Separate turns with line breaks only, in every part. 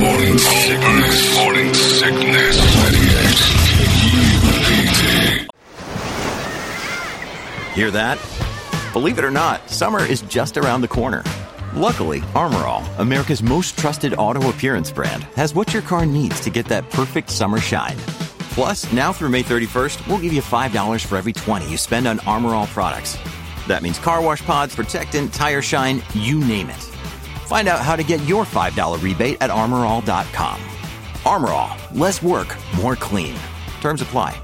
Morning sickness. Morning sickness. 38 KUPD.
Hear that? Believe it or not, summer is just around the corner. Luckily, Armorall, America's most trusted auto appearance brand, has what your car needs to get that perfect summer shine. Plus, now through May 31st, we'll give you $5 for every 20 you spend on Armorall products. That means car wash pods, protectant, tire shine, you name it. Find out how to get your $5 rebate at armorall.com. Armorall, less work, more clean. Terms apply.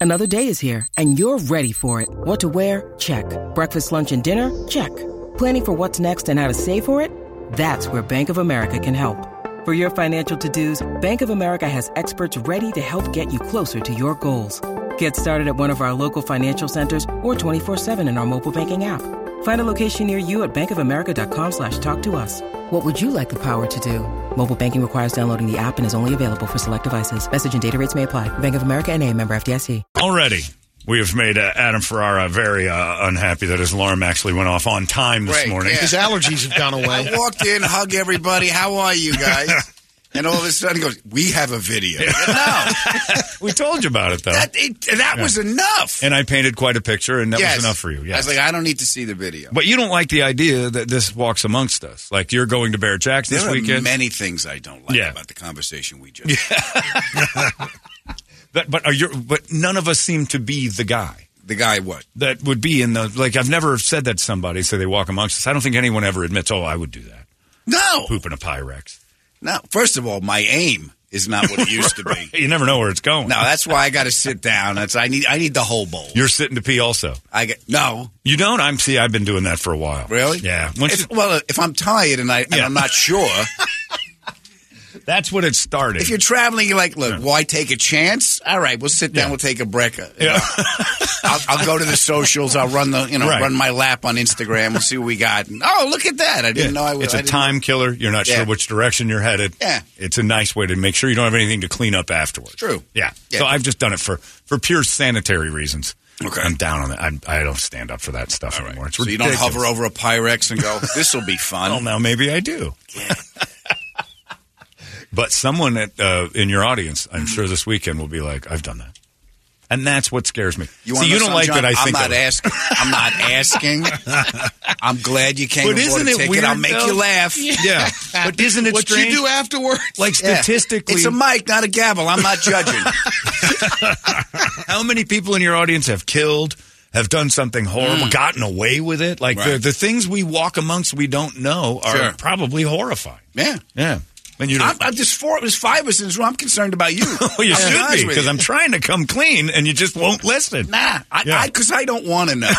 Another day is here, and you're ready for it. What to wear? Check. Breakfast, lunch, and dinner? Check. Planning for what's next and how to save for it? That's where Bank of America can help. For your financial to dos, Bank of America has experts ready to help get you closer to your goals. Get started at one of our local financial centers or 24-7 in our mobile banking app. Find a location near you at bankofamerica.com slash talk to us. What would you like the power to do? Mobile banking requires downloading the app and is only available for select devices. Message and data rates may apply. Bank of America and a member FDIC.
Already, we have made uh, Adam Ferrara very uh, unhappy that his alarm actually went off on time this
Right,
morning.
yeah.
His allergies have gone away.
I walked in, hug everybody. How are you guys? And all of a sudden, he goes, "We have a video." No,
We told you about it, though.
that it, that was enough.
and I painted quite a picture, and that
Yes.
was enough for you.
I
Yes.
was like, I don't need to see the video.
but you don't like the idea that this walks amongst us. Like you're going to Bear Jacks
There
this
are
weekend.
many things I don't like
Yeah.
about the conversation we just. had.
But, but, are you, but none of us seem to be the guy.
The guy, what?
That would be in the like. I've never said that to somebody so they walk amongst us. I don't think anyone ever admits. Oh, I would do that.
No,
Poop in a Pyrex.
no. First of all, my aim is not what it used to be.
You never know where it's going.
No, that's why I got to sit down. That's I need. I need the whole bowl.
You're sitting to pee. Also,
I get no,
you don't. I'm see. I've been doing that for a while.
really.
Yeah. Once
If, well, if I'm tired and, I, and
Yeah.
I'm not sure,
you- that's what it started.
if you're traveling, you're like, look, why take a chance? All right, we'll sit down.
Yeah.
We'll take a break.
Yeah.
I'll, I'll go to the socials. I'll run the you know
Right.
run my lap on Instagram. We'll see what we got. And, oh, look at that! I didn't know I was.
It's
a
a time killer. You're not
Yeah.
sure which direction you're headed.
Yeah.
It's a nice way to make sure you don't have anything to clean up afterwards.
True.
Yeah.
Yeah.
So I've just done it for, for pure sanitary reasons.
Okay.
I'm down on that. I'm, I don't stand up for that stuff anymore. It's
So you don't
ridiculous.
hover over a Pyrex and go, "This will be fun."
Well, now maybe I do. but someone at, uh, in your audience, I'm sure this weekend will be like, I've done that. And that's what scares me.
wanna
See, you
know
don't
something,
like
John?
that I
I'm
think that
not
way.
asking. I'm not asking. I'm glad you came.
But
and bought
isn't
a
it
ticket.
weird,
I'll make
though?
you laugh.
Yeah. But isn't it
what
strange?
you do afterwards?
like
Yeah.
statistically,
it's a mic, not a gavel. I'm not judging.
how many people in your audience have killed, have done something horrible, gotten away with it? Like the,
Right.
the things we walk amongst we don't know are
Sure.
probably horrifying.
Yeah.
Yeah. And you
I'm,
don't.
I'm just four. There's five of us in this room. I'm concerned about you.
well, you
I'll be
should
honest
be
with
because
you.
I'm trying to come clean and you just won't listen.
Nah, I
Yeah.
because I, don't want to know.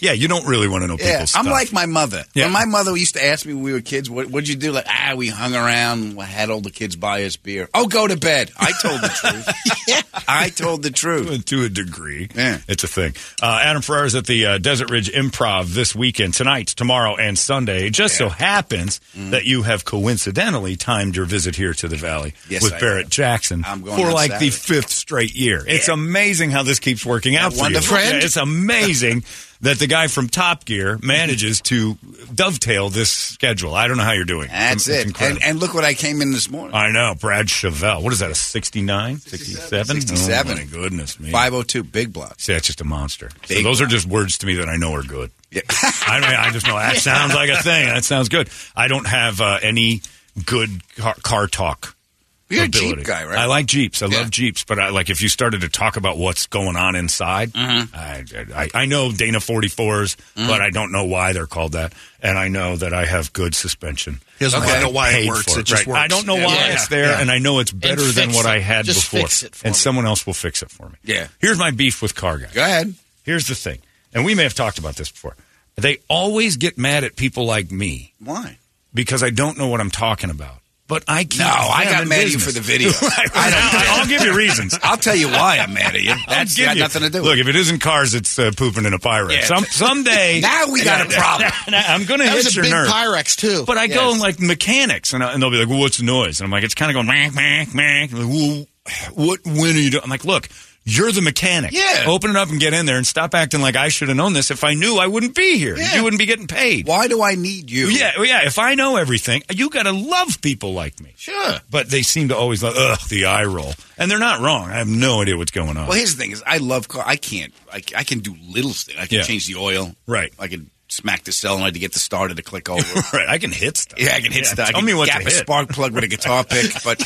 Yeah, you don't really want to know people's
yeah,
stuff.
I'm like my mother.
Yeah.
When my mother used to ask me when we were kids, "What what'd you do?" Like, ah, we hung around, we had all the kids buy us beer. Oh, go to bed. I told the truth. yeah, I told the truth.
to a degree.
Yeah.
It's a thing. Uh, Adam Ferrara is at the uh, Desert Ridge Improv this weekend, tonight, tomorrow, and Sunday. It just so happens
Mm-hmm.
that you have coincidentally timed your visit here to the Valley
Yes,
with
I
Barrett
have.
Jackson
I'm going
for
on
like the
Saturday.
fifth straight year. It's amazing how this keeps working out for
wonderful?
you.
Friend?
Yeah, it's amazing that the guy from Top Gear
Mm-hmm.
manages to dovetail this schedule. I don't know how you're doing. It's
That's it.
incredible.
And, and look what I came in this morning.
I know, Brad Chevelle. What is that, a 69? 67?
67.
Oh, my goodness me.
Five oh two, big block.
See, that's just a monster. So
Big
those are just words to me that I know are good.
Yeah.
I mean, I just know that sounds like a thing. That sounds good. I don't have uh, any good car, car talk.
You're a
ability.
Jeep guy, right?
I like Jeeps. I
Yeah.
love Jeeps, but I like if you started to talk about what's going on inside.
Mm-hmm.
I, I I know Dana 44s,
Mm.
but I don't know why they're called that, and I know that I have good suspension.
He doesn't
And
know
I
why it
paid
works.
for
It just
Right.
works.
I don't know why
Yeah.
it's there,
Yeah.
and I know it's better
And
than
fix
what
it.
I had
Just
before.
fix it for
and
me.
someone else will fix it for me.
Yeah.
Here's my beef with car guys.
Go ahead.
Here's the thing, and we may have talked about this before. They always get mad at people like me
Why?
because I don't know what I'm talking about. But I keep
No, I
them
got
in
mad at you
business.
for the video.
Right,
I don't
I'll-
care.
I'll give you reasons.
I'll tell you why I'm mad at you. That's
I'll give
got
you-
nothing to do.
Look, if
with
it isn't cars, it's uh, pooping in a Pyrex.
Yeah.
Some someday
Now we got a problem.
I'm going to
That
hit
was a
your
big
nerve.
Pyrex too.
But I go
Yes.
and like mechanics, and, I, and they'll be like, well, "What's the noise?" And I'm like, "It's kind of going, meh, meh, meh." And they're Like, well, what? When are you doing? I'm like, "Look, You're the mechanic.
Yeah.
Open it up and get in there and stop acting like I should have known this. If I knew, I wouldn't be here.
Yeah.
You wouldn't be getting paid.
Why do I need you?
Yeah, well, yeah. If I know everything, you got to love people like me.
Sure.
But they seem to always like, ugh, the eye roll. And they're not wrong. I have no idea what's going on.
Well, here's the thing: is I love car. I can't. I, c- I can do little things. I can
Yeah.
change the oil.
Right.
I can smack the solenoid to get the starter to click over.
right. I can hit stuff.
Yeah, I can hit stuff. I
Tell
can
me what
gap
to
a
hit.
spark plug with a guitar pick, but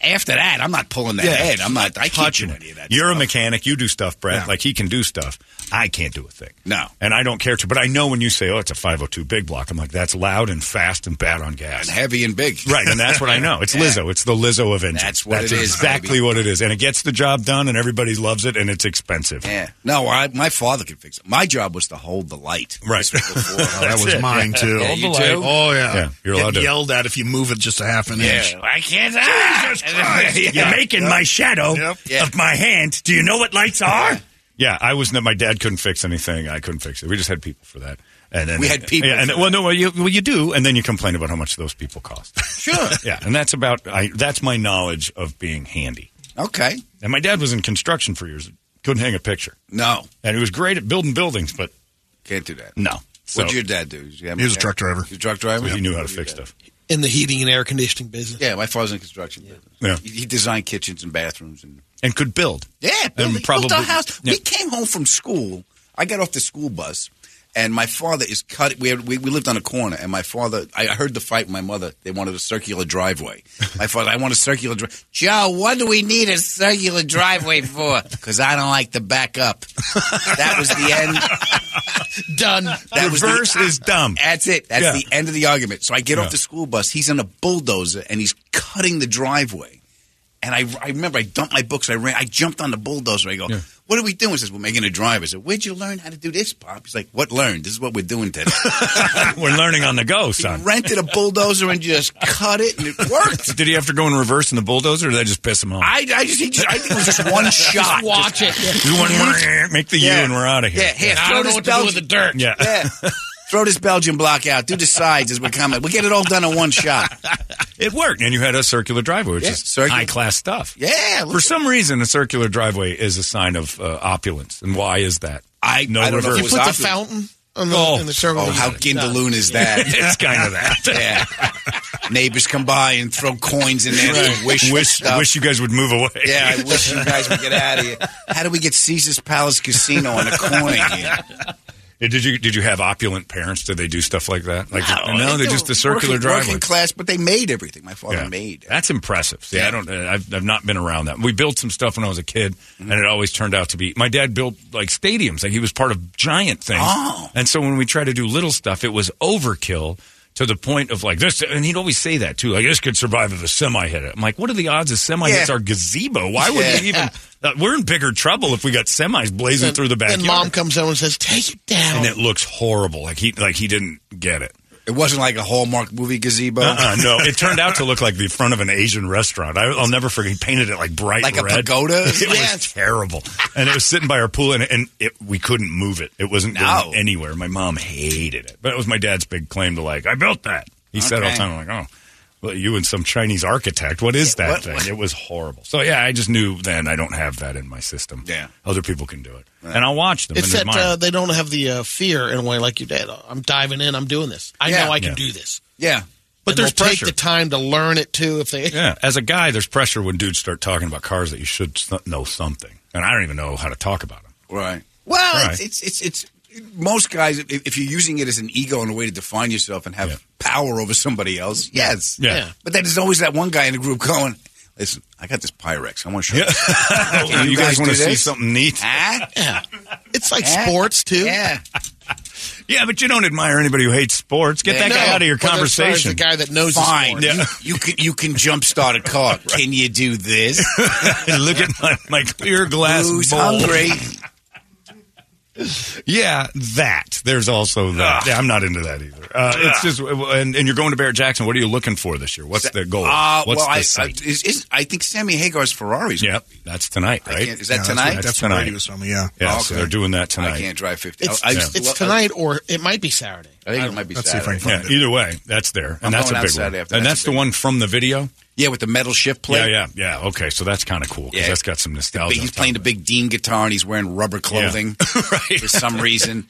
after that, I'm not pulling that
Yeah.
head. I'm not. I can't do
Touching
any
it.
of that.
You're a
stuff.
mechanic. You do stuff, Brett.
No.
Like he can do stuff. I can't do a thing.
No.
And I don't care to. But I know when you say, oh, it's a 502 big block, I'm like, that's loud and fast and bad on gas.
And heavy and big.
Right, and that's what I know. It's Lizzo. It's the Lizzo of engines.
That's what it is,
Exactly
baby.
what it is, and it gets the job done, and everybody loves it, and it's expensive.
Yeah. No, I, my father could fix it. My job was to hold the light.
Right.
This was before.
that was mine too.
Yeah, you too?
Oh yeah.
Yeah, you're
Get
allowed to.
yelled at if you move it just a half an inch.
Yeah. I can't. ah! Jesus Christ.
You're making my shadow
Yep.
Yeah.
of my hand. Do you know what lights are? Yeah, I was. My dad couldn't fix anything. I couldn't fix it. We just had people for that. And then
We had people
Yeah, and
for
well, no, well you, well, you do, and then you complain about how much those people cost.
Sure.
yeah, and that's about. I, that's my knowledge of being handy.
Okay.
And my dad was in construction for years. Couldn't hang a picture,
No.
and he was great at building buildings, but
Can't do that.
no. So-
What'd your dad do? Did you have
He was a
mechanic?
truck driver.
He was a truck driver.
But he knew how to
What did your
fix
dad-
stuff.
in the heating and air conditioning business.
Yeah, my father's in construction. business.
Yeah.
He, he designed kitchens and bathrooms and
And could build.
Yeah, built,
and probably,
built our house.
Yeah.
We came home from school. I got off the school bus, and my father is cut. We, had, we we lived on a corner, and my father. I heard the fight. with My mother. They wanted a circular driveway. My father. I want a circular driveway. Joe, what do we need a circular driveway for? Because I don't like to back up. That was the end. Done. That was the-
Reverse is dumb.
That's it. That's
Yeah.
the end of the argument. So I get
Yeah.
off the school bus. He's in a bulldozer and he's cutting the driveway. And I, I remember I dumped my books. I ran. I jumped on the bulldozer. I go, "What are we doing?" He says, "We're making a drive." I said, "Where'd you learn how to do this, Pop?" He's like, "What learned? This is what we're doing today."
We're learning on the go,
he
son.
rented a bulldozer and just cut it, and it worked.
Did he have to go in reverse in the bulldozer, or did that just piss him off?
I, I just, he just, I think it was just one shot. Just
Watch it.
You want make the U and we're out of here.
Yeah, here,
I
throw
don't know
this
what to do with
Belgian-
the dirt.
Yeah.
Yeah. Throw this Belgian block out. Do the sides as we're coming. We'll get it all done in one shot.
It worked. And you had a circular driveway, which
Yeah,
is
circular.
high class stuff.
Yeah. look
For some reason, a circular driveway is a sign of uh, opulence. And why is that?
I-
no
I don't know
reverse.
if
You
It was
put the
obvious.
fountain on the,
Oh.
in the circle.
Oh, how Gindaloon is that?
it's kind of that.
yeah. Neighbors come by and throw coins in there. and Wish,
wish,
stuff.
wish you guys would move away.
Yeah, I wish you guys would get out of here. How do we get Caesar's Palace Casino on a corner here?
Did you did you have opulent parents? Did they do stuff like that? Like no, they're just the circular
working,
driveway.
Working class, but they made everything. My father
Yeah.
made.
That's impressive. See, I
Yeah.
don't. uh, I've, I've not been around that. We built some stuff when I was a kid, and it always turned out to be. My dad built like stadiums. Like he was part of giant things.
Oh.
And so when we tried to do little stuff, it was overkill to the point of like this. And he'd always say that too. Like this could survive if a semi hit it. I'm like, what are the odds a semi hits
Yeah.
our gazebo? Why would we even? Uh, we're in bigger trouble if we got semis blazing through the backyard.
And mom comes home and says, "Take it down."
and it looks horrible. Like he like he didn't get it.
It wasn't like a Hallmark movie gazebo.
Uh-uh, no, it turned out to look like the front of an Asian restaurant. I, I'll never forget. He painted it like bright
Like a
red.
pagoda?
It
Yeah.
was terrible, and it was sitting by our pool, and, and it, we couldn't move it. It wasn't
No.
going anywhere. My mom hated it, but it was my dad's big claim to like. I built that. He said all the
Okay.
time, I'm like, oh. Well, you and some Chinese architect. What is that
what-
thing?
what-
It was horrible. So yeah, I just knew then I don't have that in my system.
Yeah.
other people can do it, and I'll watch them.
It's
and
that
admire
uh,
them.
they don't have
Have the uh, fear in a way like your dad. I'm diving in. I'm doing this. I
Yeah.
know I can
Yeah.
do this.
yeah.
but
And
there's
they'll
take
pressure.
the time to learn it too if they
Yeah, as a guy, there's pressure when dudes start talking about cars that you should s- know something, and I don't even know how to talk about them.
Right. Well,
Right.
It's, it's it's it's most guys. If, if you're using it as an ego and a way to define yourself and have
Yeah.
power over somebody else, yes,
Yeah. Yeah.
But then there's always that one guy in the group going, "Listen, I got this Pyrex. I want to show you.
you, guys, want to
do
see
this?
something neat?
Huh?
It's like
Yeah.
sports too.
Yeah.
Yeah, but you don't admire anybody who hates sports. Get that
No,
guy out of your
Well, that's far as
conversation.
The guy that knows the
Fine.
sport.
Yeah.
You can you can jumpstart a car. Can you do this?
Look at my, my clear glass
Who's
bowl.
hungry?
Yeah, that. There's also that. Yeah, I'm not into that either. Uh, it's just and, and you're going to Barrett Jackson. What are you looking for this year? What's the goal?
Uh,
What's
well,
the
I, I,
sight?
is, is, I think Sammy Hagar's Ferrari's.
yep, that's tonight,
I
right?
can't- is that
Yeah,
tonight?
That's,
That's
what
tonight.
Brady was telling me. Yeah.
yeah,
Oh,
so
okay.
they're doing that tonight.
I can't drive 50.
It's,
I, I,
it's tonight or it might be Saturday.
I think it might be
Let's see if I
Saturday.
can
Yeah,
find it.
either way, that's there, and
I'm
that's a
going
big
outside
one.
after
and
that.
that's the one from the video.
Yeah, with the metal shift plate.
Yeah, yeah, yeah. Okay, so that's kind of cool because
Yeah.
that's got some nostalgia.
He's
on top
playing the
of it.
big Dean guitar and he's wearing rubber clothing for some reason.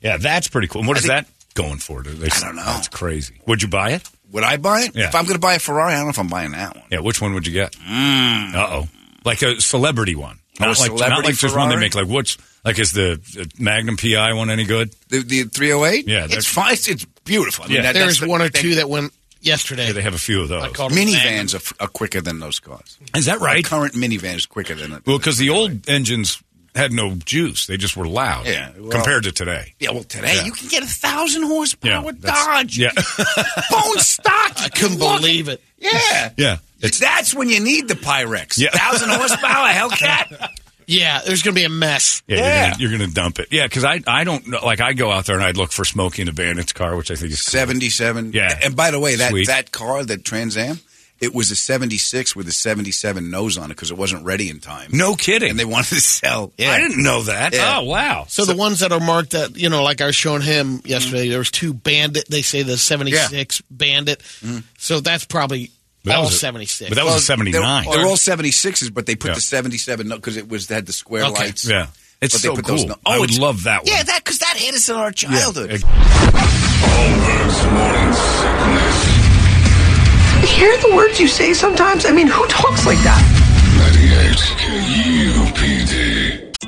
Yeah, that's pretty cool. And what is
think-
that going for? Do they-
I don't know.
That's crazy. Would you buy it?
Would I buy it?
Yeah.
If I'm going to buy a Ferrari, I don't know if I'm buying that one.
Yeah, which one would you get? Uh oh, like a celebrity one.
Mm. Oh, a
Not like, not
celebrity
like just one they
Ferrari?
make. Like what's like is the uh, Magnum PI one any good?
The, the 308?
Yeah, they're-
It's fine. It's, it's beautiful. I mean,
Yeah.
that- that's
There's
the-
one or
they-
two that went yesterday.
Yeah, they have a few of those.
I called them
Minivans are, are quicker than those cars.
Is that right?
The current minivan is quicker than it.
Well, because the old engines had no juice; they just were loud.
Yeah, well-
compared to today.
Yeah, well, today
Yeah.
you can get a thousand
Yeah,
horsepower
that's-
Dodge.
Yeah,
bone stock.
I couldn't
Look.
believe it.
Yeah,
Yeah. It's-
That's when you need the Pyrex.
Yeah.
thousand horsepower Hellcat.
Yeah, there's going to be a mess.
yeah.
Yeah.
You're, gonna, you're gonna dump it. Yeah, because I I don't know. Like I go out there and I'd look for Smokey and the Bandit's car, which I think is cool.
Seventy-seven.
Yeah.
And by the way, that
Sweet.
that car, that Trans Am, it was a '76 with a '77 nose on it because it wasn't ready in time.
No kidding.
And they wanted to sell. Yeah.
I didn't know that.
Yeah.
Oh wow.
So, the ones that are marked that you know, like I was showing him
Mm-hmm.
yesterday, there was two Bandit. They say the '76 Bandit. So that's probably
Mm-hmm. But that
all
was a-
'76.
But that was a
They're,
'79.
they're all 76s, but they put
Yeah.
the 77 because it was they had the square
Okay.
lights.
Yeah. It's
But they
so
put
cool.
those in-
I
Oh,
would
it's-
love that one.
Yeah, that because that hit us in our childhood.
Holmberg's morning sickness.
hear the words you say sometimes? I mean, who talks like that?
98 KUPD.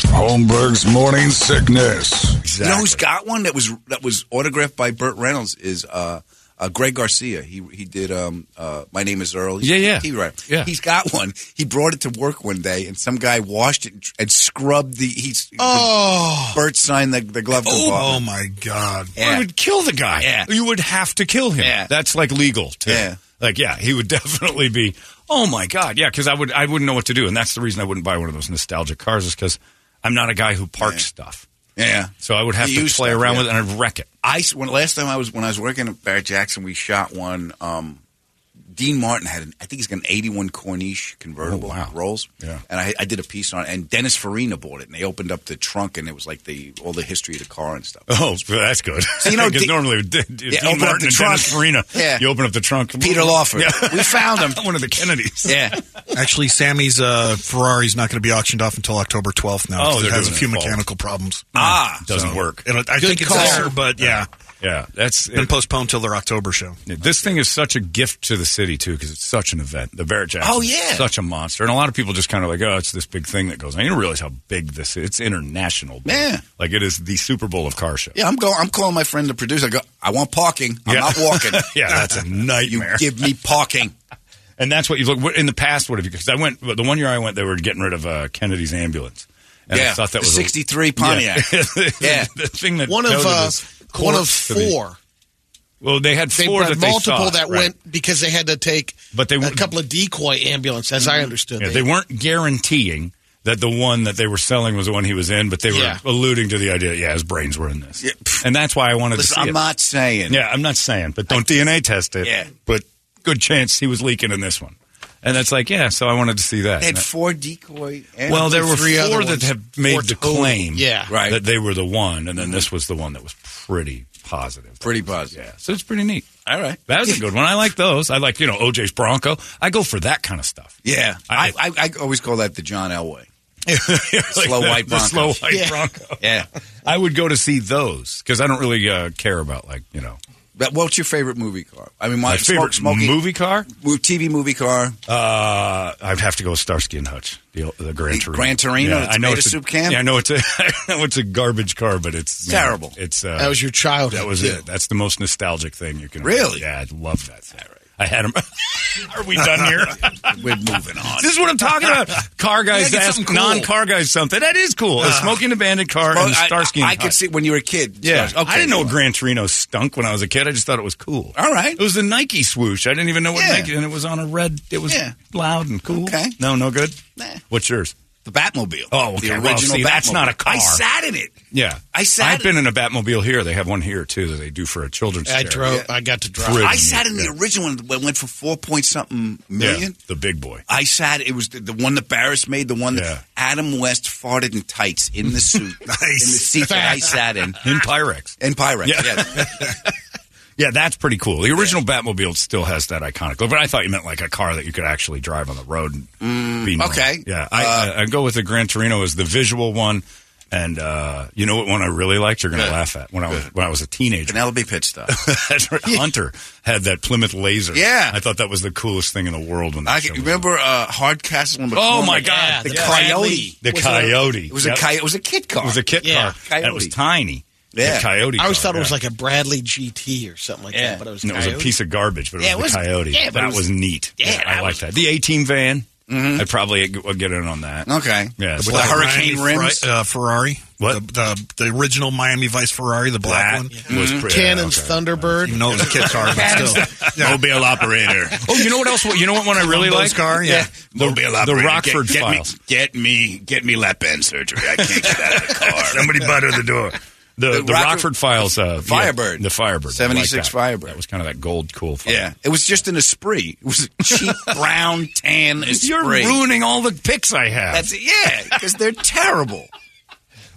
Holmberg's morning sickness.
You know who's got one that was that was autographed by Burt Reynolds is uh, uh, Greg Garcia. He he did um, uh, My Name Is Earl. He's
Yeah,
a
yeah.
TV writer.
Yeah.
He's got one. He brought it to work one day, and some guy washed it and, and scrubbed the. He's
Oh.
Burt signed the, the glove
Oh,
compartment.
my God.
Yeah.
I would kill the guy.
Yeah.
You would have to kill him.
Yeah.
That's like legal too.
Yeah.
Like yeah, he would definitely be. Oh my God. Yeah, because I would I wouldn't know what to do, and that's the reason I wouldn't buy one of those nostalgic cars is because I'm not a guy who parks stuff.
Yeah.
So I would have
He
to
used
play
stuff,
around
yeah.
with it and I'd wreck it.
I s- when last time I was when I was working at Barrett Jackson, we shot one. Um, Dean Martin had an I think he's got an eighty-one Corniche convertible
Oh, wow.
Rolls,
Yeah.
and I, I did a piece on it. And Dennis Farina bought it, and they opened up the trunk, and it was like the all the history of the car and stuff.
Oh, well, that's good.
you know,
'Cause
D-
normally with D-
Yeah,
Dean
open up
Martin
the
and
trunk.
Dennis Farina,
Yeah.
you open up the trunk.
Peter Lawford,
Yeah.
we found him.
one of the Kennedys.
Yeah,
Actually, Sammy's uh, Ferrari's not going to be auctioned off until October 12th now.
Oh,
'cause
they're
it has a
doing
few
it in fall.
mechanical problems.
Ah. Doesn't work.
It'll, I think
call.
it's there, but yeah,
Yeah, that's
been postponed till their October show.
Yeah, This thing is such a gift to the city too, because it's such an event. The Barrett Jackson,
Oh, yeah.
is such a monster, and a lot of people just kind of like, oh, it's this big thing that goes. on. You don't realize how big this is. It's international, but,
Yeah.
Like it is the Super Bowl of car shows.
yeah. I'm going. I'm calling my friend the producer. I go. I want parking. I'm
Yeah.
not walking.
yeah, that's a
you
nightmare.
give me parking.
and that's what you look what- in the past. What have you? Because I went the one year I went, they were getting rid of uh, Kennedy's ambulance, and I
yeah,
thought that
the
was a-
'63 Pontiac.
Yeah,
Yeah.
the thing that
one of
goes
uh,
to this
one
court
of
to the-
four.
well, they had
They
four
had
that they
multiple
saw,
that
right.
went because they had to take
But they
a
wouldn't- Mm-hmm.
couple of decoy ambulances, as I understood.
Yeah, they weren't guaranteeing that the one that they were selling was the one he was in, but they were
Yeah.
alluding to the idea. Yeah, his brains were in this,
Yeah, pff.
and that's why I wanted
Listen,
to see
I'm
it.
not saying.
yeah, I'm not saying, but don't DNA test it.
Yeah.
but good chance he was leaking in this one, and that's like, yeah. So I wanted to see that.
They had four decoy.
well, there were
three other
four that
ones.
have made
Four
the
total.
claim,
Yeah.
Right.
that they were the one, and then this was the one that was pretty positive.
pretty positive.
Yeah, so it's pretty neat.
All right.
That was a good one. I like those. I like you know OJ's Bronco. I go for that kind of stuff.
Yeah,
I-
I, I, I always call that the John Elway.
Like
white
the slow
Bronco.
white Bronco.
Yeah.
I would go to see those because I don't really uh, care about like you know
But what's your favorite movie car? I mean, my,
my
Uh, Smoke-
favorite
Smokey-
movie car.
mo- TV movie car.
Uh, I'd have to go with Starsky and Hutch. The, the Gran
The
Torino.
Gran Torino, the
I know
tomato
it's a,
soup can?
Yeah, I know it's a, I know it's a garbage car, but it's man,
Terrible.
It's uh,
That was your childhood.
That was
Yeah.
it. That's the most nostalgic thing you can.
Really?
Yeah, I love that. Thing. I had them. Are we done here?
We're moving on.
this is what I'm talking about. Car guys
Yeah, get
ask
something cool.
non-car guys something. That is cool. A smoking abandoned car
Well,
and Starsky.
I,
and
I could
Hutch.
see when you were a kid.
Yeah,
Starsky-
I didn't know
well,
Gran Torino stunk when I was a kid. I just thought it was cool.
All right.
it was the Nike swoosh. I didn't even know what
Yeah.
Nike, and it was on a red. It was
Yeah.
loud and cool.
Okay.
no, no good.
Nah.
What's yours?
the Batmobile.
Oh, okay.
the
Well,
original.
see, that's
Batmobile.
not a car.
I sat in it.
Yeah,
I sat
I've been in a Batmobile here. They have one here too that they do for a children's.
I
charity.
drove. I got to drive.
Brilliant.
I sat in
Yeah.
the original one that went for four point something
Yeah,
million.
the big boy.
I sat. It was the, the one that Barris made. The one
Yeah.
that Adam West farted in tights in the suit. nice. In the seat that I sat in.
In Pyrex.
In Pyrex.
Yeah.
yes.
Yeah, that's pretty cool. The original Batmobile still has that iconic look, but I thought you meant like a car that you could actually drive on the road. And be normal.
Mm, okay. Uh,
Yeah, I, I, I go with the Gran Torino as the visual one, and uh, you know what one I really liked? You're going to laugh at when I was when I was a teenager.
Penelope Pitt stuff.
That's right. Hunter had that Plymouth Laser.
Yeah.
I thought that was the coolest thing in the world when that
I
show
can,
was
remember uh, Hardcastle and
Oh, my God.
McCormick?
Yeah,
the
yeah.
Coyote.
on. the Coyote.
It was
Yep.
a coyote. It was a kid car.
It was a kit
Yeah.
car. And it was
Coyote.
tiny.
Yeah.
The Coyote.
I always
car,
thought it
yeah.
was like a Bradley GT or something like
Yeah.
that, but it was,
And it was a
Coyote.
piece of garbage, but it
Yeah,
was
it
the
was-
Coyote.
yeah, but
that
it
was,
was-
neat.
Yeah, that
I like that. The 18 van, I'd probably g- would get in on that.
Mm-hmm. Okay.
Yeah,
With
it's
the
black.
hurricane
Miami Ferra-
rims.
uh, Ferrari.
What?
The, the the original Miami Vice Ferrari, the black
That
one.
was
Mm-hmm.
pretty.
Cannon's
okay.
Even
Thunderbird.
though it was a kid car, but still.
Mobile operator. Oh, you know what else? You know what one I really
Lumbo's
like?
car, yeah.
The,
Mobile
the
operator.
Rockford
get, get
Files.
Me, get me, get me lap band surgery. I can't get out of the car.
Somebody butter the door. The, the,
The
Rockford,
Rockford-
Files. Uh, yeah,
Firebird.
the Firebird. I
76
that.
Firebird.
That was kind of that gold, cool fire.
Yeah, it was just an esprit. It was a cheap brown tan esprit.
You're ruining all the picks I have.
That's yeah, because they're terrible.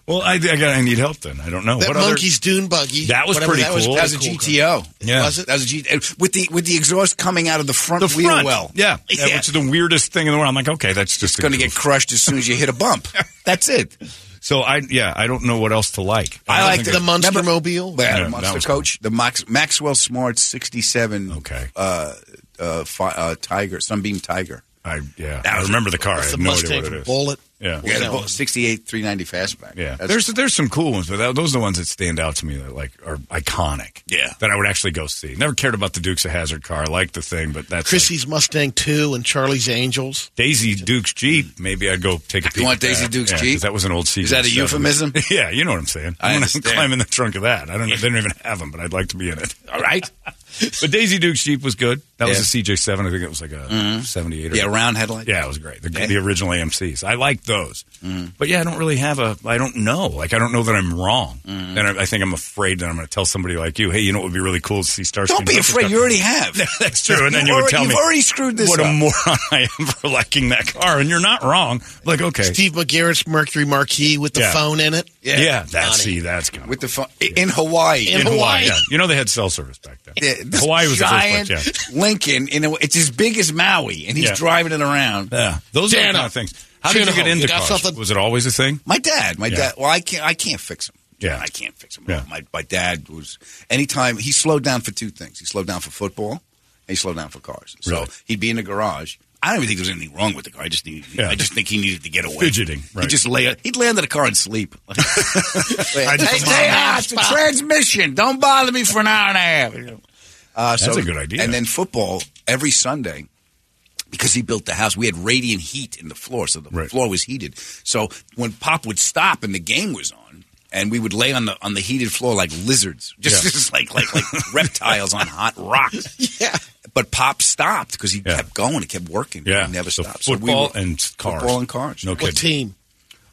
well, I, I, got- I need help then. I don't know.
That
what
monkey's dune buggy.
That was
Whatever,
pretty
that was
cool.
That was a
pretty cool car.
GTO.
Yeah.
Was it?
That was a G with the with the exhaust coming out of the front
other? The
wheel
front.
well.
Yeah.
Yeah.
Which is the weirdest thing in the world. I'm like, okay, that's just
It's going to get crushed as soon as you hit a bump. That's it.
So I yeah, I don't know what else to like.
I
don't
like
think
the Monster Mobile.
Yeah,
Yeah, that
Monster
was
Coach, the Max, Maxwell Smart '67.
Okay.
Uh, uh, fi, uh, Tiger, Sunbeam Tiger.
I yeah.
That
I
was-
remember the car. I
It's
have
the
no idea
Mustang
what it is.
Bullet.
Yeah.
Yeah,
that
the
one?
'68 390 fastback.
Yeah,
That's-
there's there's some cool ones, but that, those are the ones that stand out to me that like are iconic.
Yeah.
that I would actually go see. Never cared about the Dukes of Hazard car. I liked the thing, but that's like
Chrissy's Mustang 2 and Charlie's Angels.
Daisy Duke's Jeep. Maybe I'd go take a peek.
You want
at
Daisy
that.
Duke's
Yeah, 'cause
Jeep?
That was an old secret.
Is that a euphemism?
yeah, you know what I'm saying.
I
I'm gonna
understand.
climb in the trunk of that. I don't. They don't even have them, but I'd like to be in it.
All right.
But Daisy Duke's Jeep was good. That was
Yeah. Mm-hmm.
a CJ7. I think it was like a 78 or
Yeah, round headlight.
Yeah, it was great. The, the original AMC's. I like those.
Mm-hmm.
But yeah, I don't really have a. I don't know. Like I don't know that I'm wrong,
Mm-hmm.
and I, I think I'm afraid that I'm going to tell somebody like you. Hey, you know what would be really cool to see Starsky.
Don't
and
be
Hutch
afraid.
stuff."
You already have.
That's true. And then
You've
you would
already-
tell me
you've already screwed this
What a
up.
moron I am for liking that car, and you're not wrong. Like okay,
Steve McGarrett's Mercury Marquis with the
Yeah.
phone in it.
yeah,
Yeah.
that's see, that's kind of
with the phone in Hawaii.
In Hawaii.
Yeah. You know they had cell service back then.
Yeah, this
Hawaii was
giant
the first place.
Lincoln, in a, it's as big as Maui, and he's
Yeah.
driving it around.
Yeah, yeah. Those are the
Dana.
kind of things. How did you
Shanahan,
get into
you got
cars?
something?
Was it always a thing?
My dad, my
Yeah.
dad. Well, I can't, I can't fix him.
Yeah.
I can't fix him.
Yeah.
My my dad was anytime he slowed down for two things. He slowed down for football, and he slowed down for cars. So
Really?
he'd be in the garage. I don't even think there was anything wrong with the car. I just think,
Yeah.
I just think he needed to get away.
Fidgeting, right.
He'd just lay. He'd lay under the car and sleep. Like, hey,
just-
stay out, "Ah, it's a transmission. Don't bother me for an hour and a half. Uh,
That's a good idea.
And then football every Sunday because he built the house. We had radiant heat in the floor, so the
Right.
floor was heated. So when Pop would stop and the game was on, and we would lay on the on the heated floor like lizards, just,
Yeah.
just like like like reptiles on hot rocks. Yeah. But Pop stopped because he
Yeah.
kept going. He kept working.
Yeah.
He never
So
stopped.
football and cars.
Football and cars.
No
What
kidding.
team?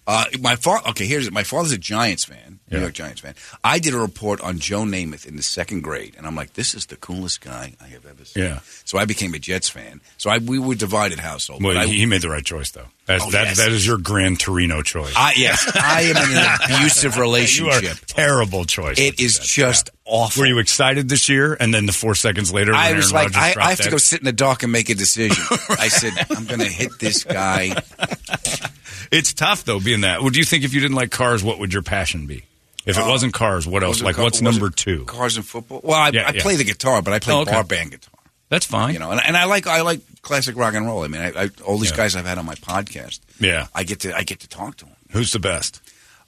Uh, my father. Okay, here's it. My father's a Giants fan, New
Yeah.
York Giants fan. I did a report on Joe Namath in the second grade, and I'm like, this is the coolest guy I have ever seen.
Yeah.
So I became a Jets fan. So I we were divided household.
Well,
but I,
he, he made the right choice, though. That's,
Oh,
that,
yes. Ah,
that is your Gran Torino choice.
I yes, I am in an abusive
you are
relationship.
terrible choice.
It is just awful.
Were you excited this year? And then the four seconds later, when
I was
Aaron
like,
Rodgers
I,
dropped
I have to
that-
go sit in the dark and make a decision. I said, I'm going to hit this guy.
It's tough though, being that. Well, do you think if you didn't like cars, what would your passion be? If it wasn't cars, what else?
Uh, Was it
Like,
car-
what's
was
number
it
two?
Cars and football. Well, I,
Yeah,
I
yeah.
play the guitar, but I play
Oh, okay.
bar band guitar.
That's fine.
You know, and, and I like I like classic rock and roll. I mean, I, I, all these guys I've had on my podcast,
Yeah.
I get to I get to talk to them.
Who's the best?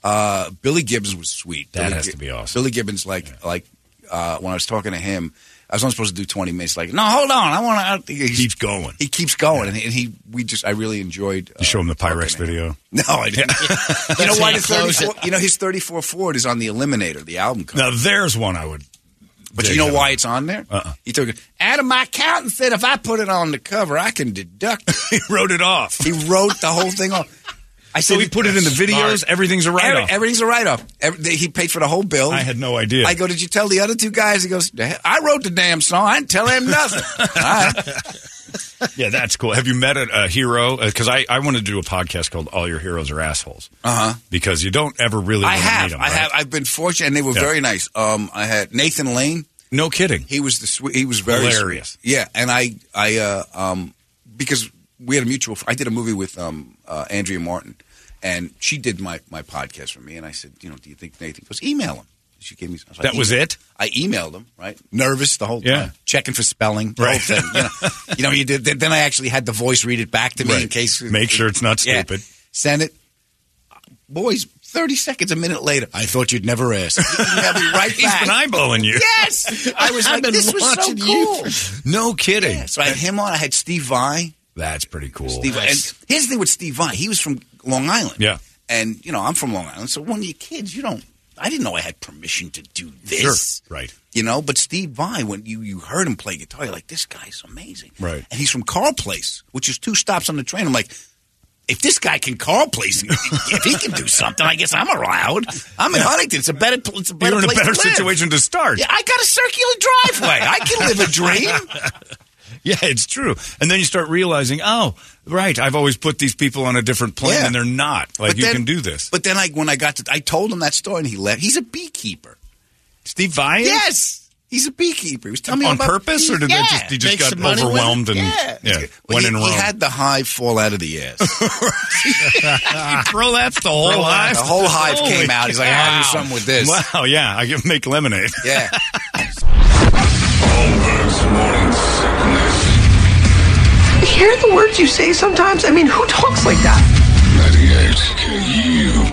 Uh, Billy Gibbons was sweet.
That
Billy
has
Gi-
to be awesome.
Billy Gibbons, like like uh, when I was talking to him, I was only supposed to do twenty minutes. Like, no, hold on, I want to.
He keeps going.
He keeps going, and, he, and he we just I really enjoyed. Uh,
You show him the Pyrex
talking to him.
video.
No, I didn't. you know why the
how you close
thirty four? You know his thirty four Ford is on the Eliminator, the album cover.
Now there's one I would.
But
dig
you know
on.
why it's on there?
Uh-uh.
He took it out of my account and said, if I put it on the cover, I can deduct. it."
he wrote it off.
he wrote the whole thing off. I said,
so he put it in the videos. Everything's a write
Every-
off.
Everything's a write off. He paid for the whole bill.
I had no idea.
I go, did you tell the other two guys? He goes, "The hell- I wrote the damn song. I didn't tell him nothing. All right.
Yeah, that's cool. Have you met a, a hero? Because I, I wanted to do a podcast called "All Your Heroes Are Assholes."
Uh-huh.
Because you don't ever really.
I
wanna
have.
Meet them,
I
right?
have. I've been fortunate, and they were
Yeah.
very nice. Um, I had Nathan Lane.
No kidding.
He was the sweet. He was very
Hilarious.
sweet. Yeah, and I, I, uh, um, because we had a mutual. I did a movie with um, uh, Andrea Martin, and she did my my podcast for me. And I said, you know, do you think Nathan goes email him? She gave me. I like,
That was
"Email."
it?
I emailed him. Right, nervous the whole
Yeah.
time, checking for spelling, the
Right.
whole thing. You know, you know, you did. Then I actually had the voice read it back to me in
Right.
case.
Make sure it's not
Yeah.
stupid.
Send it. Boys, thirty seconds, a minute later. I thought you'd never ask. You have me right
He's
back.
been eyeballing you.
Yes, I was
I've
like,
been
this was so
watching you
cool.
No kidding.
Yeah, so I had him on. I had Steve Vai.
That's pretty cool.
Steve Vai. And here's the thing with Steve Vai. He was from Long Island.
Yeah.
And you know I'm from Long Island, so when you're kids, you don't. I didn't know I had permission to do
Sure.
this.
Right.
You know, but Steve Vai, when you, you heard him play guitar, you're like, this guy's amazing.
Right.
And he's from Carl Place, which is two stops on the train. I'm like, if this guy can Carl Place, if he can do something, I guess I'm allowed. I'm in Huntington. It's a better, pl- it's a better
You're in a
place
better
to live.
situation to start.
Yeah, I got a circular driveway. I can live a dream.
Yeah, it's true. And then you start realizing, oh, right, I've always put these people on a different plane,
Yeah.
and they're not. Like
But
you
then-
can do this.
But then, like when I got to, I told him that story, and he left. He's a beekeeper.
Steve Vai. is?
Yes, he's a beekeeper. He was telling me
on
about-
purpose, or did
yeah.
they just he just
Make some
got
money with
overwhelmed and
yeah,
yeah,
Well,
went
he,
in
he
Rome?
had the hive fall out of the ass. the
Bro, that's the whole hive.
whole hive
Holy
came out. He's like, I gotta do
cow.
something with this.
Wow, yeah, I can make lemonade.
Yeah,
Holmberg's morning sickness.
Hear the words you say sometimes? I mean, who talks like that?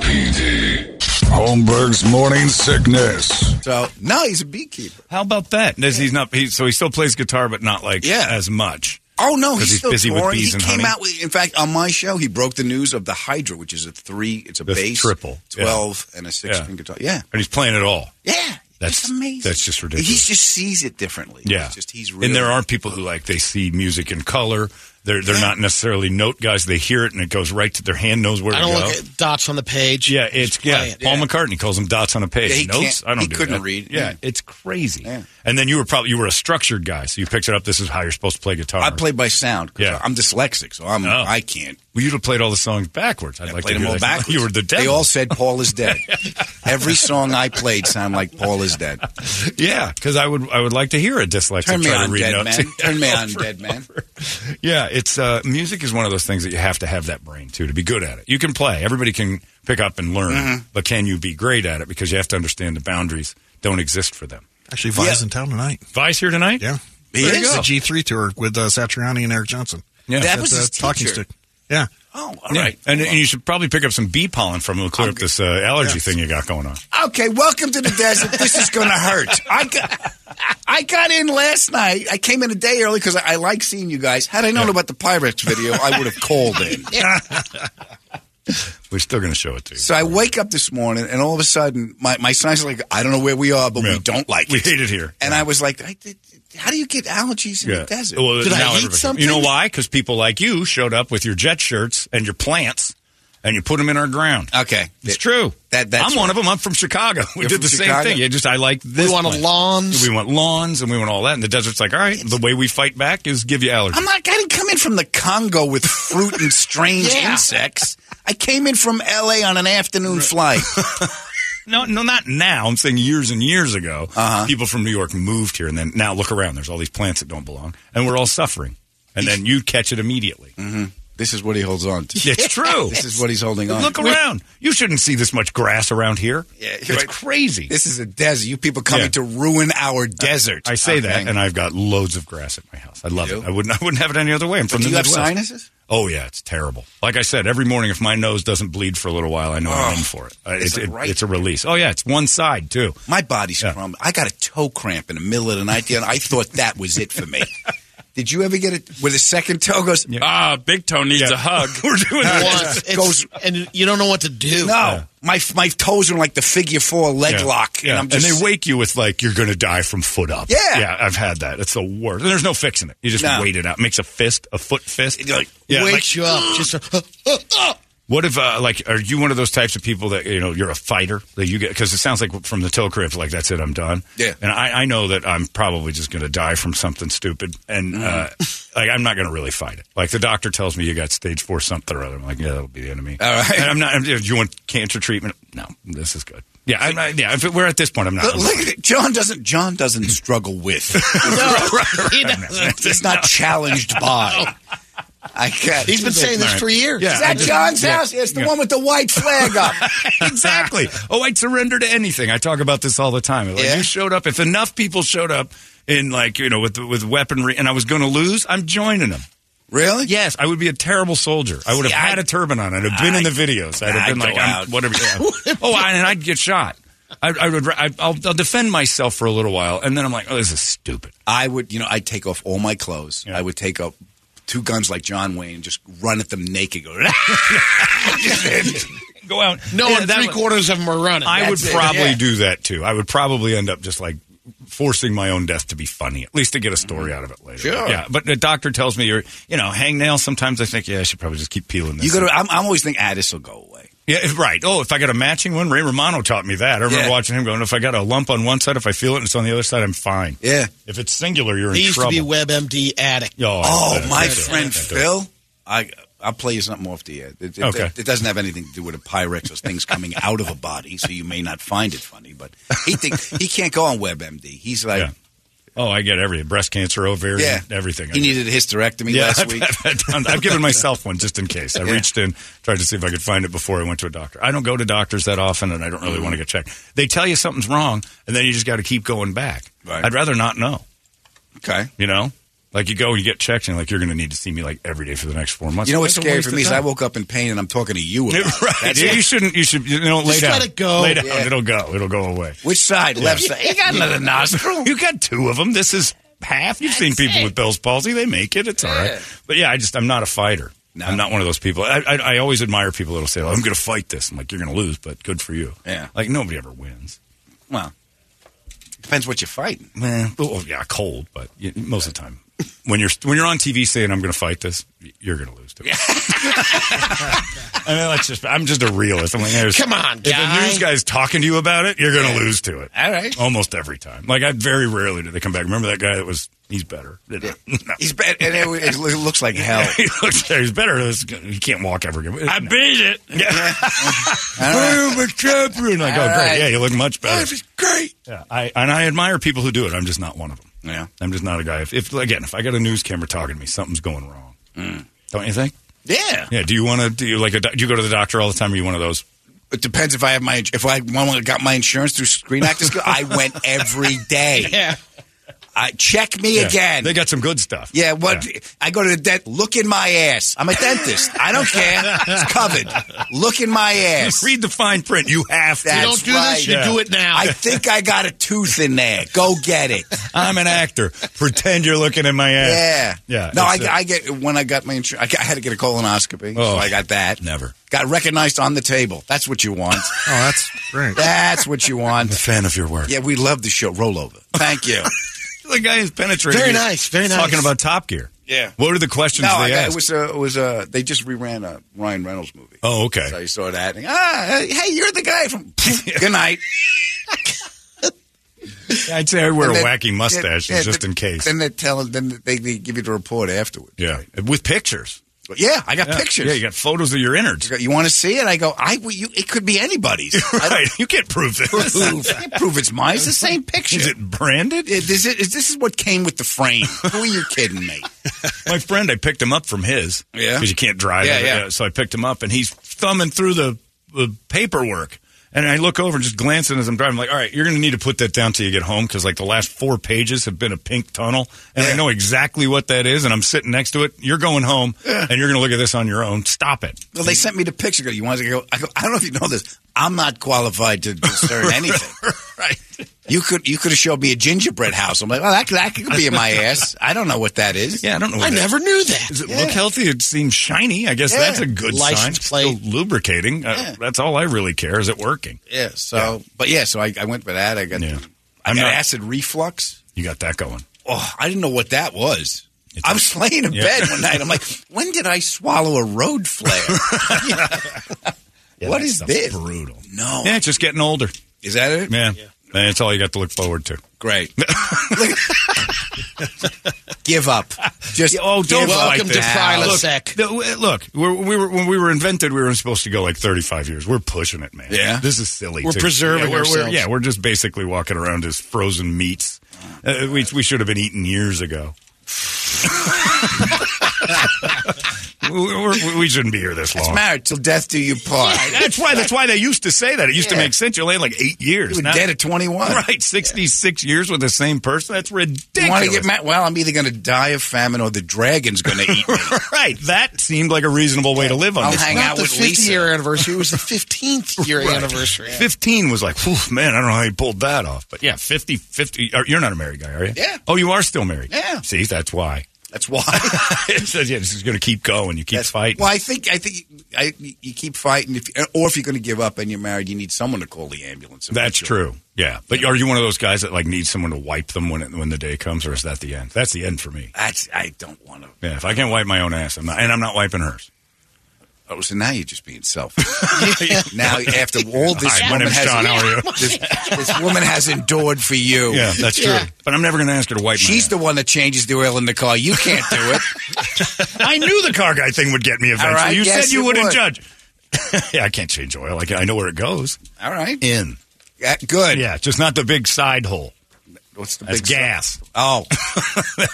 98 KUPD. Holmberg's morning sickness.
so no, he's a beekeeper.
How about that? Does he's not? He, so he still plays guitar, but not like
Yeah.
as much.
Oh no,
'Cause
he's,
he's
still
busy with
touring.
bees
he
and
came
honey.
out with, in fact, on my show, he broke the news of the Hydra, which is a three, it's a
The
bass,
triple, yeah.
twelve, and a six string guitar. Yeah,
and he's playing it all.
yeah,
That's-
it's amazing.
that's just ridiculous.
He just sees it differently.
Yeah,
It's just he's really
and there are people who like they see music in color. They're they're
Yeah.
not necessarily note guys. They hear it and it goes right to their hand knows where
I
to
don't
go.
look at dots on the page.
yeah, it's yeah.
play it.
Paul
Yeah.
McCartney calls them dots on a page.
Yeah, he
Notes,
can't-
I don't.
he
do
couldn't
that.
read.
Yeah,
Yeah.
it's crazy.
Yeah.
And then you were probably you were a structured guy, so you picked it up. This is how you're supposed to play guitar.
I play by sound. 'cause
Yeah.
I'm dyslexic, so I'm
Oh.
I can't.
Well, you'd have played all the songs backwards. I'd
I
like to
played them
hear
all
that.
backwards.
You were the devil.
They all said Paul is dead. Every song I played sounded like Paul is dead.
Yeah, because I would I would like to hear a dyslexic
Turn me
try to
on,
read
dead
notes. Oh,
man. Turn me on,
Over
dead man.
Yeah, it's uh, music is one of those things that you have to have that brain too to be good at it. You can play; everybody can pick up and learn, but can you be great at it? Because you have to understand the boundaries don't exist for them.
Actually, Vi's
Yeah.
in town tonight.
Vice here tonight.
Yeah.
He
There you
is
go.
The G3 tour with uh, Satriani and Eric Johnson.
Yeah.
That
At
was
the
his
talking
teacher.
stick. Yeah.
Oh, all
Yeah.
right.
and, and you should probably pick up some bee pollen from him to clear
I'm
up
good.
this uh, allergy thing you got going on.
Okay, welcome to the desert. This is going to hurt. I got, I got in last night. I came in a day early because I, I like seeing you guys. Had I known about the Pyrex video, I would have called in.
We're still going to show it to you.
So I wake up this morning, and all of a sudden, my, my son's like, I don't know where we are, but
Yeah.
we don't like it.
We hate it here.
And I was like, I did, how do you get allergies in
Yeah.
the desert?
Well,
Did I
now
eat
everybody-
something?
You know why? Because people like you showed up with your jet shirts and your plants, and you put them in our ground.
okay.
It's
That-
true.
That, that's
I'm one of them. I'm from Chicago. We
You're
did
from
the
Chicago?
same thing. You just I like this.
want a
plant.
lawn.
We want lawns and we want all that. And the desert's like, all right, the way we fight back is give you allergies.
I'm not, I didn't come in from the Congo with fruit and strange
Yeah.
insects. I came in from L.A. on an afternoon flight.
no, no, not now. I'm saying years and years ago, people from New York moved here, and then now look around. There's all these plants that don't belong, and we're all suffering. And then you catch it immediately.
This is what he holds on to.
It's true.
This is what he's holding on.
Look
to.
around. You shouldn't see this much grass around here.
Yeah,
it's
you're right.
crazy.
This is a desert. You people coming
Yeah.
to ruin our desert.
I say that,
Okay.
and I've got loads of grass at my house. I love
You
it.
do?
I wouldn't. I wouldn't have it any other way. I'm from
do
the
you have
Midwest.
sinuses?
Oh yeah, it's terrible. Like I said, every morning if my nose doesn't bleed for a little while, I know I'm in for it. Uh,
Is
It's,
it
it-
right?
it's a release. Oh yeah, it's one side too.
My body's
Yeah.
crumbling. I got a toe cramp in the middle of the night. the other- I thought that was it for me. Did you ever get it where the second toe goes? "Oh,
Ah, Big Toe needs
Yeah.
a hug.
We're doing
Once,
that.
it's-
Goes-
and you don't know what to do.
No, my my toes are like the figure four leg
Yeah.
lock,
Yeah.
and I'm just
they wake you with like you're going to die from foot up.
Yeah.
yeah, I've had that. It's the worst. And there's no fixing it. You just
No.
wait it out. Makes a fist, a foot fist.
And you're like,
yeah,
wakes
like,
you up. Just a,
What if, uh, like, are you one of those types of people that you know you're a fighter that you get? Because it sounds like from the toe crypt, like that's it, I'm done.
Yeah.
and I, I know that I'm probably just going to die from something stupid, and uh,
Mm.
like I'm not going to really fight it. Like the doctor tells me you got stage four something or other. I'm like, yeah, that'll be the enemy.
All right.
And I'm not. I'm, you want cancer treatment? No, this is good. Yeah, I'm, I, yeah. If it, we're at this point, I'm not.
look, look at it. John doesn't John doesn't struggle with.
he doesn't.
He's not challenged by. I can't.
He's been saying this
All right.
for years.
Yeah.
Is that
I just-
John's
yeah,
house? It's the
yeah.
one with the white flag up.
exactly. Oh, I'd surrender to anything. I talk about this all the time. Like,
Yeah.
You showed up. If enough people showed up in like you know with with weaponry, and I was going to lose, I'm joining them.
Really?
Yes, I would be a terrible soldier. I would have
See,
had
I-
a turban on. I'd have been in the videos. I'd have
I'd
been like,
go
I'm-
out.
whatever. yeah. oh, I, and I'd get shot. I, I would. I, I'll, I'll defend myself for a little while, and then I'm like, oh, this is stupid.
I would, you know, I'd take off all my clothes.
Yeah.
I would take up two guns like John Wayne and just run at them naked. Go,
Go out.
No,
Yeah,
and
that
three
was-
quarters of them are running.
I would
That's it.
probably
Yeah.
do that too. I would probably end up just like forcing my own death to be funny, at least to get a story out of it later.
Sure.
Yeah, but the doctor tells me you're, you know, hangnail. Sometimes I think, yeah, I should probably just keep peeling this.
you go to, I'm, I'm always thinking, ah, this will go away.
yeah, if- right. Oh, if I got a matching one, Ray Romano taught me that. I remember
Yeah.
watching him going, if I got a lump on one side, if I feel it and it's on the other side, I'm fine.
Yeah.
If it's singular, you're
He
in
used
trouble.
to be WebMD addict.
oh,
Oh,
I-
my
I-
friend
I-
Phil, I I'll play you something off the air. It, it-
Okay.
it, it doesn't have anything to do with a Pyrex or things coming out of a body, so you may not find it funny. But he thinks he can't go on WebMD. He's like,
Yeah. Oh, I get every breast cancer, ovarian,
yeah,
everything. I
He
get-
needed a hysterectomy
Yeah,
last
I've,
week.
I've, had tons. I've given myself one just in case. I
Yeah.
reached in, tried to see if I could find it before I went to a doctor. I don't go to doctors that often, and I don't really want to get checked. They tell you something's wrong, and then you just got to keep going back.
Right.
I'd rather not know.
Okay.
You know, like you go and you get checked, and you're like you're going to need to see me like every day for the next four months.
You know what's
That's a
scary
waste
for
of
me is
time.
I woke up in pain and I'm talking to you
Yeah,
about it.
right.
That's
you
it.
shouldn't. You should. You know, lay
Just
down.
let it go.
Lay down.
Yeah.
It'll go. It'll go away.
Which side? Left side? You got another nostril.
You got two of them. This is half. You've seen people with Bell's palsy. They make it. It's all right. But yeah, I just I'm not a fighter.
No.
I'm not one of those people. I, I, I always admire people that'll say, "Oh, "I'm going to fight this." I'm like, "You're going to lose, but good for you."
Yeah.
Like nobody ever wins.
Well, depends what you're fighting.
Man, oh yeah, cold, but y most of the time, when you're when you're on TV saying, "I'm going to fight this," y- you're going to lose. To I mean, that's just I'm just a realist. I'm like, there's-
Come on,
if
guy.
the news guy's talking to you about it, you're going to lose to it.
All right.
almost every time. Like I very rarely do they come back. Remember that guy that was he's better. No.
He's bad, and it, it looks like hell.
he looks he's better. It's- He can't walk ever again.
I beat it.
I am a champion. Like, oh,
All
great.
right.
Yeah, you look much better.
is great.
Yeah, I, and I admire people who do it. I'm just not one of them.
Yeah.
I'm just not a guy. If, if again, if I got a news camera talking to me, something's going wrong.
Mm.
Don't you think?
Yeah.
Yeah. Do you want to? Do you like? A, do you go to the doctor all the time? Are you one of those?
It depends if I have my if I when I got my insurance through Screen Actors Guild. I went every day.
Yeah.
I check me
Yeah.
again.
They got some good stuff.
yeah, what I go to the dent. Look in my ass. I'm a dentist. I don't care. It's covered. Look in my ass.
Read the fine print. You have to.
That's
don't do
right.
this, you
Yeah.
do it now.
I think I got a tooth in there. Go get it.
I'm an actor. Pretend you're looking at my ass.
Yeah.
Yeah.
No, I,
it's, uh,
I get when I got my insurance. I had to get a colonoscopy.
Oh.
so I got that.
Never.
Got recognized on the table. That's what you want.
Oh, that's great.
That's what you
I'm a
want.
fan of your work.
Yeah, we love the show. Rollover. Thank you.
The guy is penetrating.
Very
you.
nice, very
He's
nice.
Talking about Top Gear.
Yeah.
What are the questions
no, I
they
got,
asked?
it was a, it was a, they just reran a Ryan Reynolds movie.
oh, okay.
So I saw that. And, ah, hey, you're the guy from. Good night.
I'd say I wear a
And then-
wacky mustache
yeah, yeah,
just
then-
in case.
Then they tell, then they, they give you the report afterward.
yeah, with pictures.
So, yeah, I got
Yeah.
pictures.
Yeah, you got photos of your innards.
You, go, "You want to see it? I go, I well, you, it could be anybody's. I don't
Right. You can't prove this.
prove, I can't prove it's mine. It's the same picture.
Is it branded?
It- is it- is- this is what came with the frame. Who are you kidding me?
My friend, I picked him up from his.
Yeah.
Because you can't drive.
Yeah,
it.
yeah.
So I picked him up, and he's thumbing through the, the paperwork. And I look over and just glancing as I'm driving, like, all right, you're going to need to put that down till you get home because, like, the last four pages have been a pink tunnel. And I know exactly what that is. And I'm sitting next to it. You're going home and you're going to look at this on your own. Stop it.
Well, they sent me the picture. Go, you want to go? I go. I don't know if you know this. I'm not qualified to discern anything.
right.
You could you could have showed me a gingerbread house. I'm like, well, that could, that could be in my ass. I don't know what that is.
Yeah, I don't know.
I
what that-
never knew that.
Does it look healthy? It seems shiny. I guess that's a good sign.
License
Still
plate.
lubricating. Uh,
Yeah.
That's all I really care. Is it working?
Yeah. So, but yeah, so I, I went for that. I got
Yeah.
I
I'm
got
not-
acid reflux.
You got that going.
Oh, I didn't know what that was. I was laying in
Yeah.
bed one night. I'm like, when did I swallow a road flare? what
that
is
stuff's
this?
Brutal.
No.
Yeah, it's just getting older.
Is that it?
Man, that's all you got to look forward to.
Great. give up. Just
Oh, don't
give up.
Welcome to Prilosec.
Look, look we're, we were, when we were invented, we were supposed to go like 35 years. We're pushing it, man.
Yeah.
This is silly.
We're
too.
preserving
yeah, we're, we're-
ourselves.
yeah, we're just basically walking around as frozen meats. Uh, we, we should have been eaten years ago. we, we're- we shouldn't be here this long.
It's married till death do you part.
That's why. That's why they used to say that. It used
Yeah.
to make sense. You're laying like eight years.
You were
Now-
dead at 21.
Right, 66 years with the same person. That's ridiculous.
You want to get mad? Well, I'm either going to die of famine or the dragon's going to eat me.
Right, that seemed like a reasonable way to live on
I'll
this.
hang
planet.
out
the
with
50
Lisa.
year anniversary. It was the 15th year
Right.
anniversary.
15 was like, whew, man, I don't know how you pulled that off. But yeah, 50, 50. are- You're not a married guy, are you?
Yeah.
Oh, you are still married?
Yeah.
See, that's why.
That's why.
It's- yeah, this is going to keep going. You keep
That's-
fighting.
Well, I think I think I, you keep fighting, if, or if you're going to give up and you're married, you need someone to call the ambulance.
That's true. Yeah. But are you one of those guys that like needs someone to wipe them when it, when the day comes, or is that the end? That's the end for me.
That's I don't want to.
Yeah. If I can't wipe my own ass, I'm not, and I'm not wiping hers.
Oh, so now you're just being selfish. now after all this
Hi, my
woman
name's
has
John. How are you?
This, this woman has endured for you.
Yeah, that's true. But I'm never going to ask her to wipe.
She's the one that changes the oil in the car. You can't do it.
the. I knew the car guy thing would get me eventually.
All right,
you
yes,
said you
it
wouldn't
would.
judge. yeah, I can't change oil. I, can, I know where it goes.
All right.
In.
Yeah, good.
Yeah, just not the big side hole.
What's the
That's
big
gas.
Oh,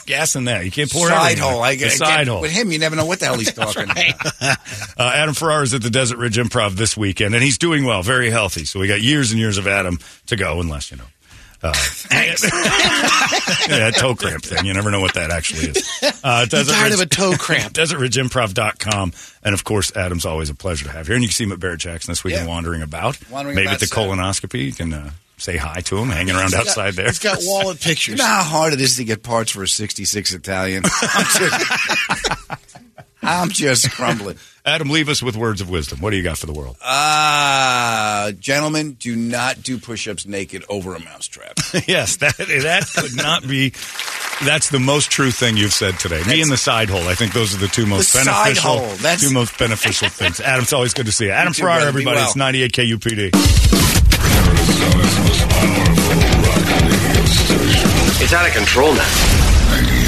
gas in there. You can't pour
side
everything.
hole. I,
The
I
side
get-
hole.
With him, you never know what the hell he's talking about.
Uh, Adam Ferrara is at the Desert Ridge Improv this weekend, and he's doing well, very healthy. So we got years and years of Adam to go, unless you know. Uh, yeah, that toe cramp thing. You never know what that actually is. Uh, Desert
tired
Ridge-
of a toe cramp.
DesertRidgeImprov.com. And of course, Adam's always a pleasure to have here. And you can see him at Barrett Jackson this weekend
Yeah.
wandering about.
Wandering
Maybe
about
at the
Saturday.
colonoscopy. You can uh, say hi to him, hanging around outside there.
He's got wallet
You
pictures.
know how hard it is to get parts for a 66 Italian? I'm just, I'm just crumbling.
Adam, leave us with words of wisdom. What do you got for the world?
Uh, gentlemen, do not do push ups naked over a mousetrap.
yes, that that could not be. That's the most true thing you've said today. Me and the side hole. I think those are the two most
The side
beneficial.
hole, that's-
two most beneficial things. Adam, it's always good to see you. Adam
You too,
Ferrara,
brother. Be
everybody.
well.
It's ninety-eight KUPD.
Arizona's most powerful rock radio station.
It's out of control now.
98